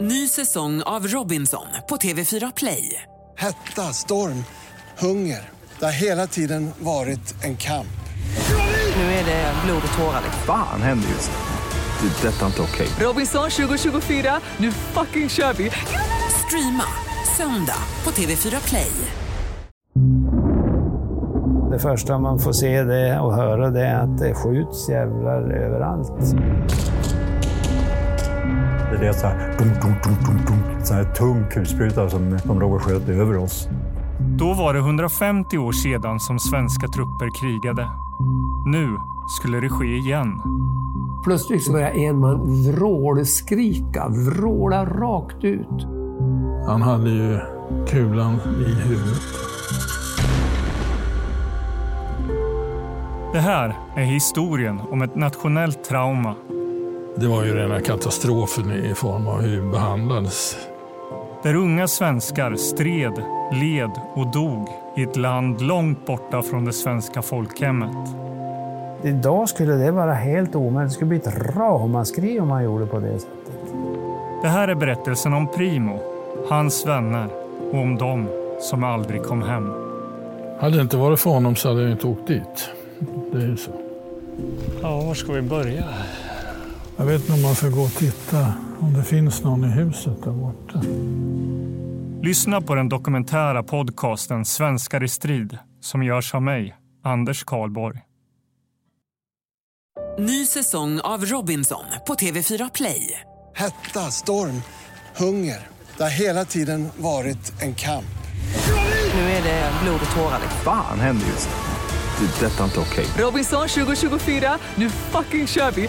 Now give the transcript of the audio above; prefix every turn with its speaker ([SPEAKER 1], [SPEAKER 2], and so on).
[SPEAKER 1] Ny säsong av Robinson på TV4 Play.
[SPEAKER 2] Hetta, storm, hunger. Det har hela tiden varit en kamp.
[SPEAKER 1] Nu är det blod och tårar.
[SPEAKER 3] Fan händer just nu. Det. är Detta är inte okej.
[SPEAKER 1] Robinson 2024, nu fucking kör vi! Streama söndag på TV4 Play.
[SPEAKER 4] Det första man får se det och höra det är att det skjuts jävlar överallt.
[SPEAKER 5] Det är så här, dum, dum, dum, dum, dum. Så här tung kulspruta som, som låg och sköt över oss.
[SPEAKER 6] Då var det 150 år sedan som svenska trupper krigade. Nu skulle det ske igen.
[SPEAKER 7] Plötsligt så började en man vrålskrika, vråla rakt ut.
[SPEAKER 8] Han hade ju kulan i huvudet.
[SPEAKER 6] Det här är historien om ett nationellt trauma.
[SPEAKER 8] Det var ju rena katastrofen i form av hur vi behandlades.
[SPEAKER 6] Där unga svenskar stred, led och dog i ett land långt borta från det svenska folkhemmet.
[SPEAKER 4] Idag skulle det vara helt omöjligt. Det skulle bli ett ramaskri om man gjorde på det sättet.
[SPEAKER 6] Det här är berättelsen om Primo, hans vänner och om dem som aldrig kom hem.
[SPEAKER 8] Hade det inte varit för honom så hade jag inte åkt dit. Det är ju så.
[SPEAKER 6] Ja, var ska vi börja?
[SPEAKER 8] Jag vet inte om man ska gå och titta om det finns någon i huset där borta.
[SPEAKER 6] Lyssna på den dokumentära podcasten Svenskar i strid som görs av mig, Anders Karlborg.
[SPEAKER 1] Ny säsong av Robinson på TV4 Play.
[SPEAKER 2] Hetta, storm, hunger. Det har hela tiden varit en kamp.
[SPEAKER 1] Nu är det blod och tårar.
[SPEAKER 3] Fan händer just nu. Det. är Detta är inte okej.
[SPEAKER 1] Robinson 2024, nu fucking kör vi!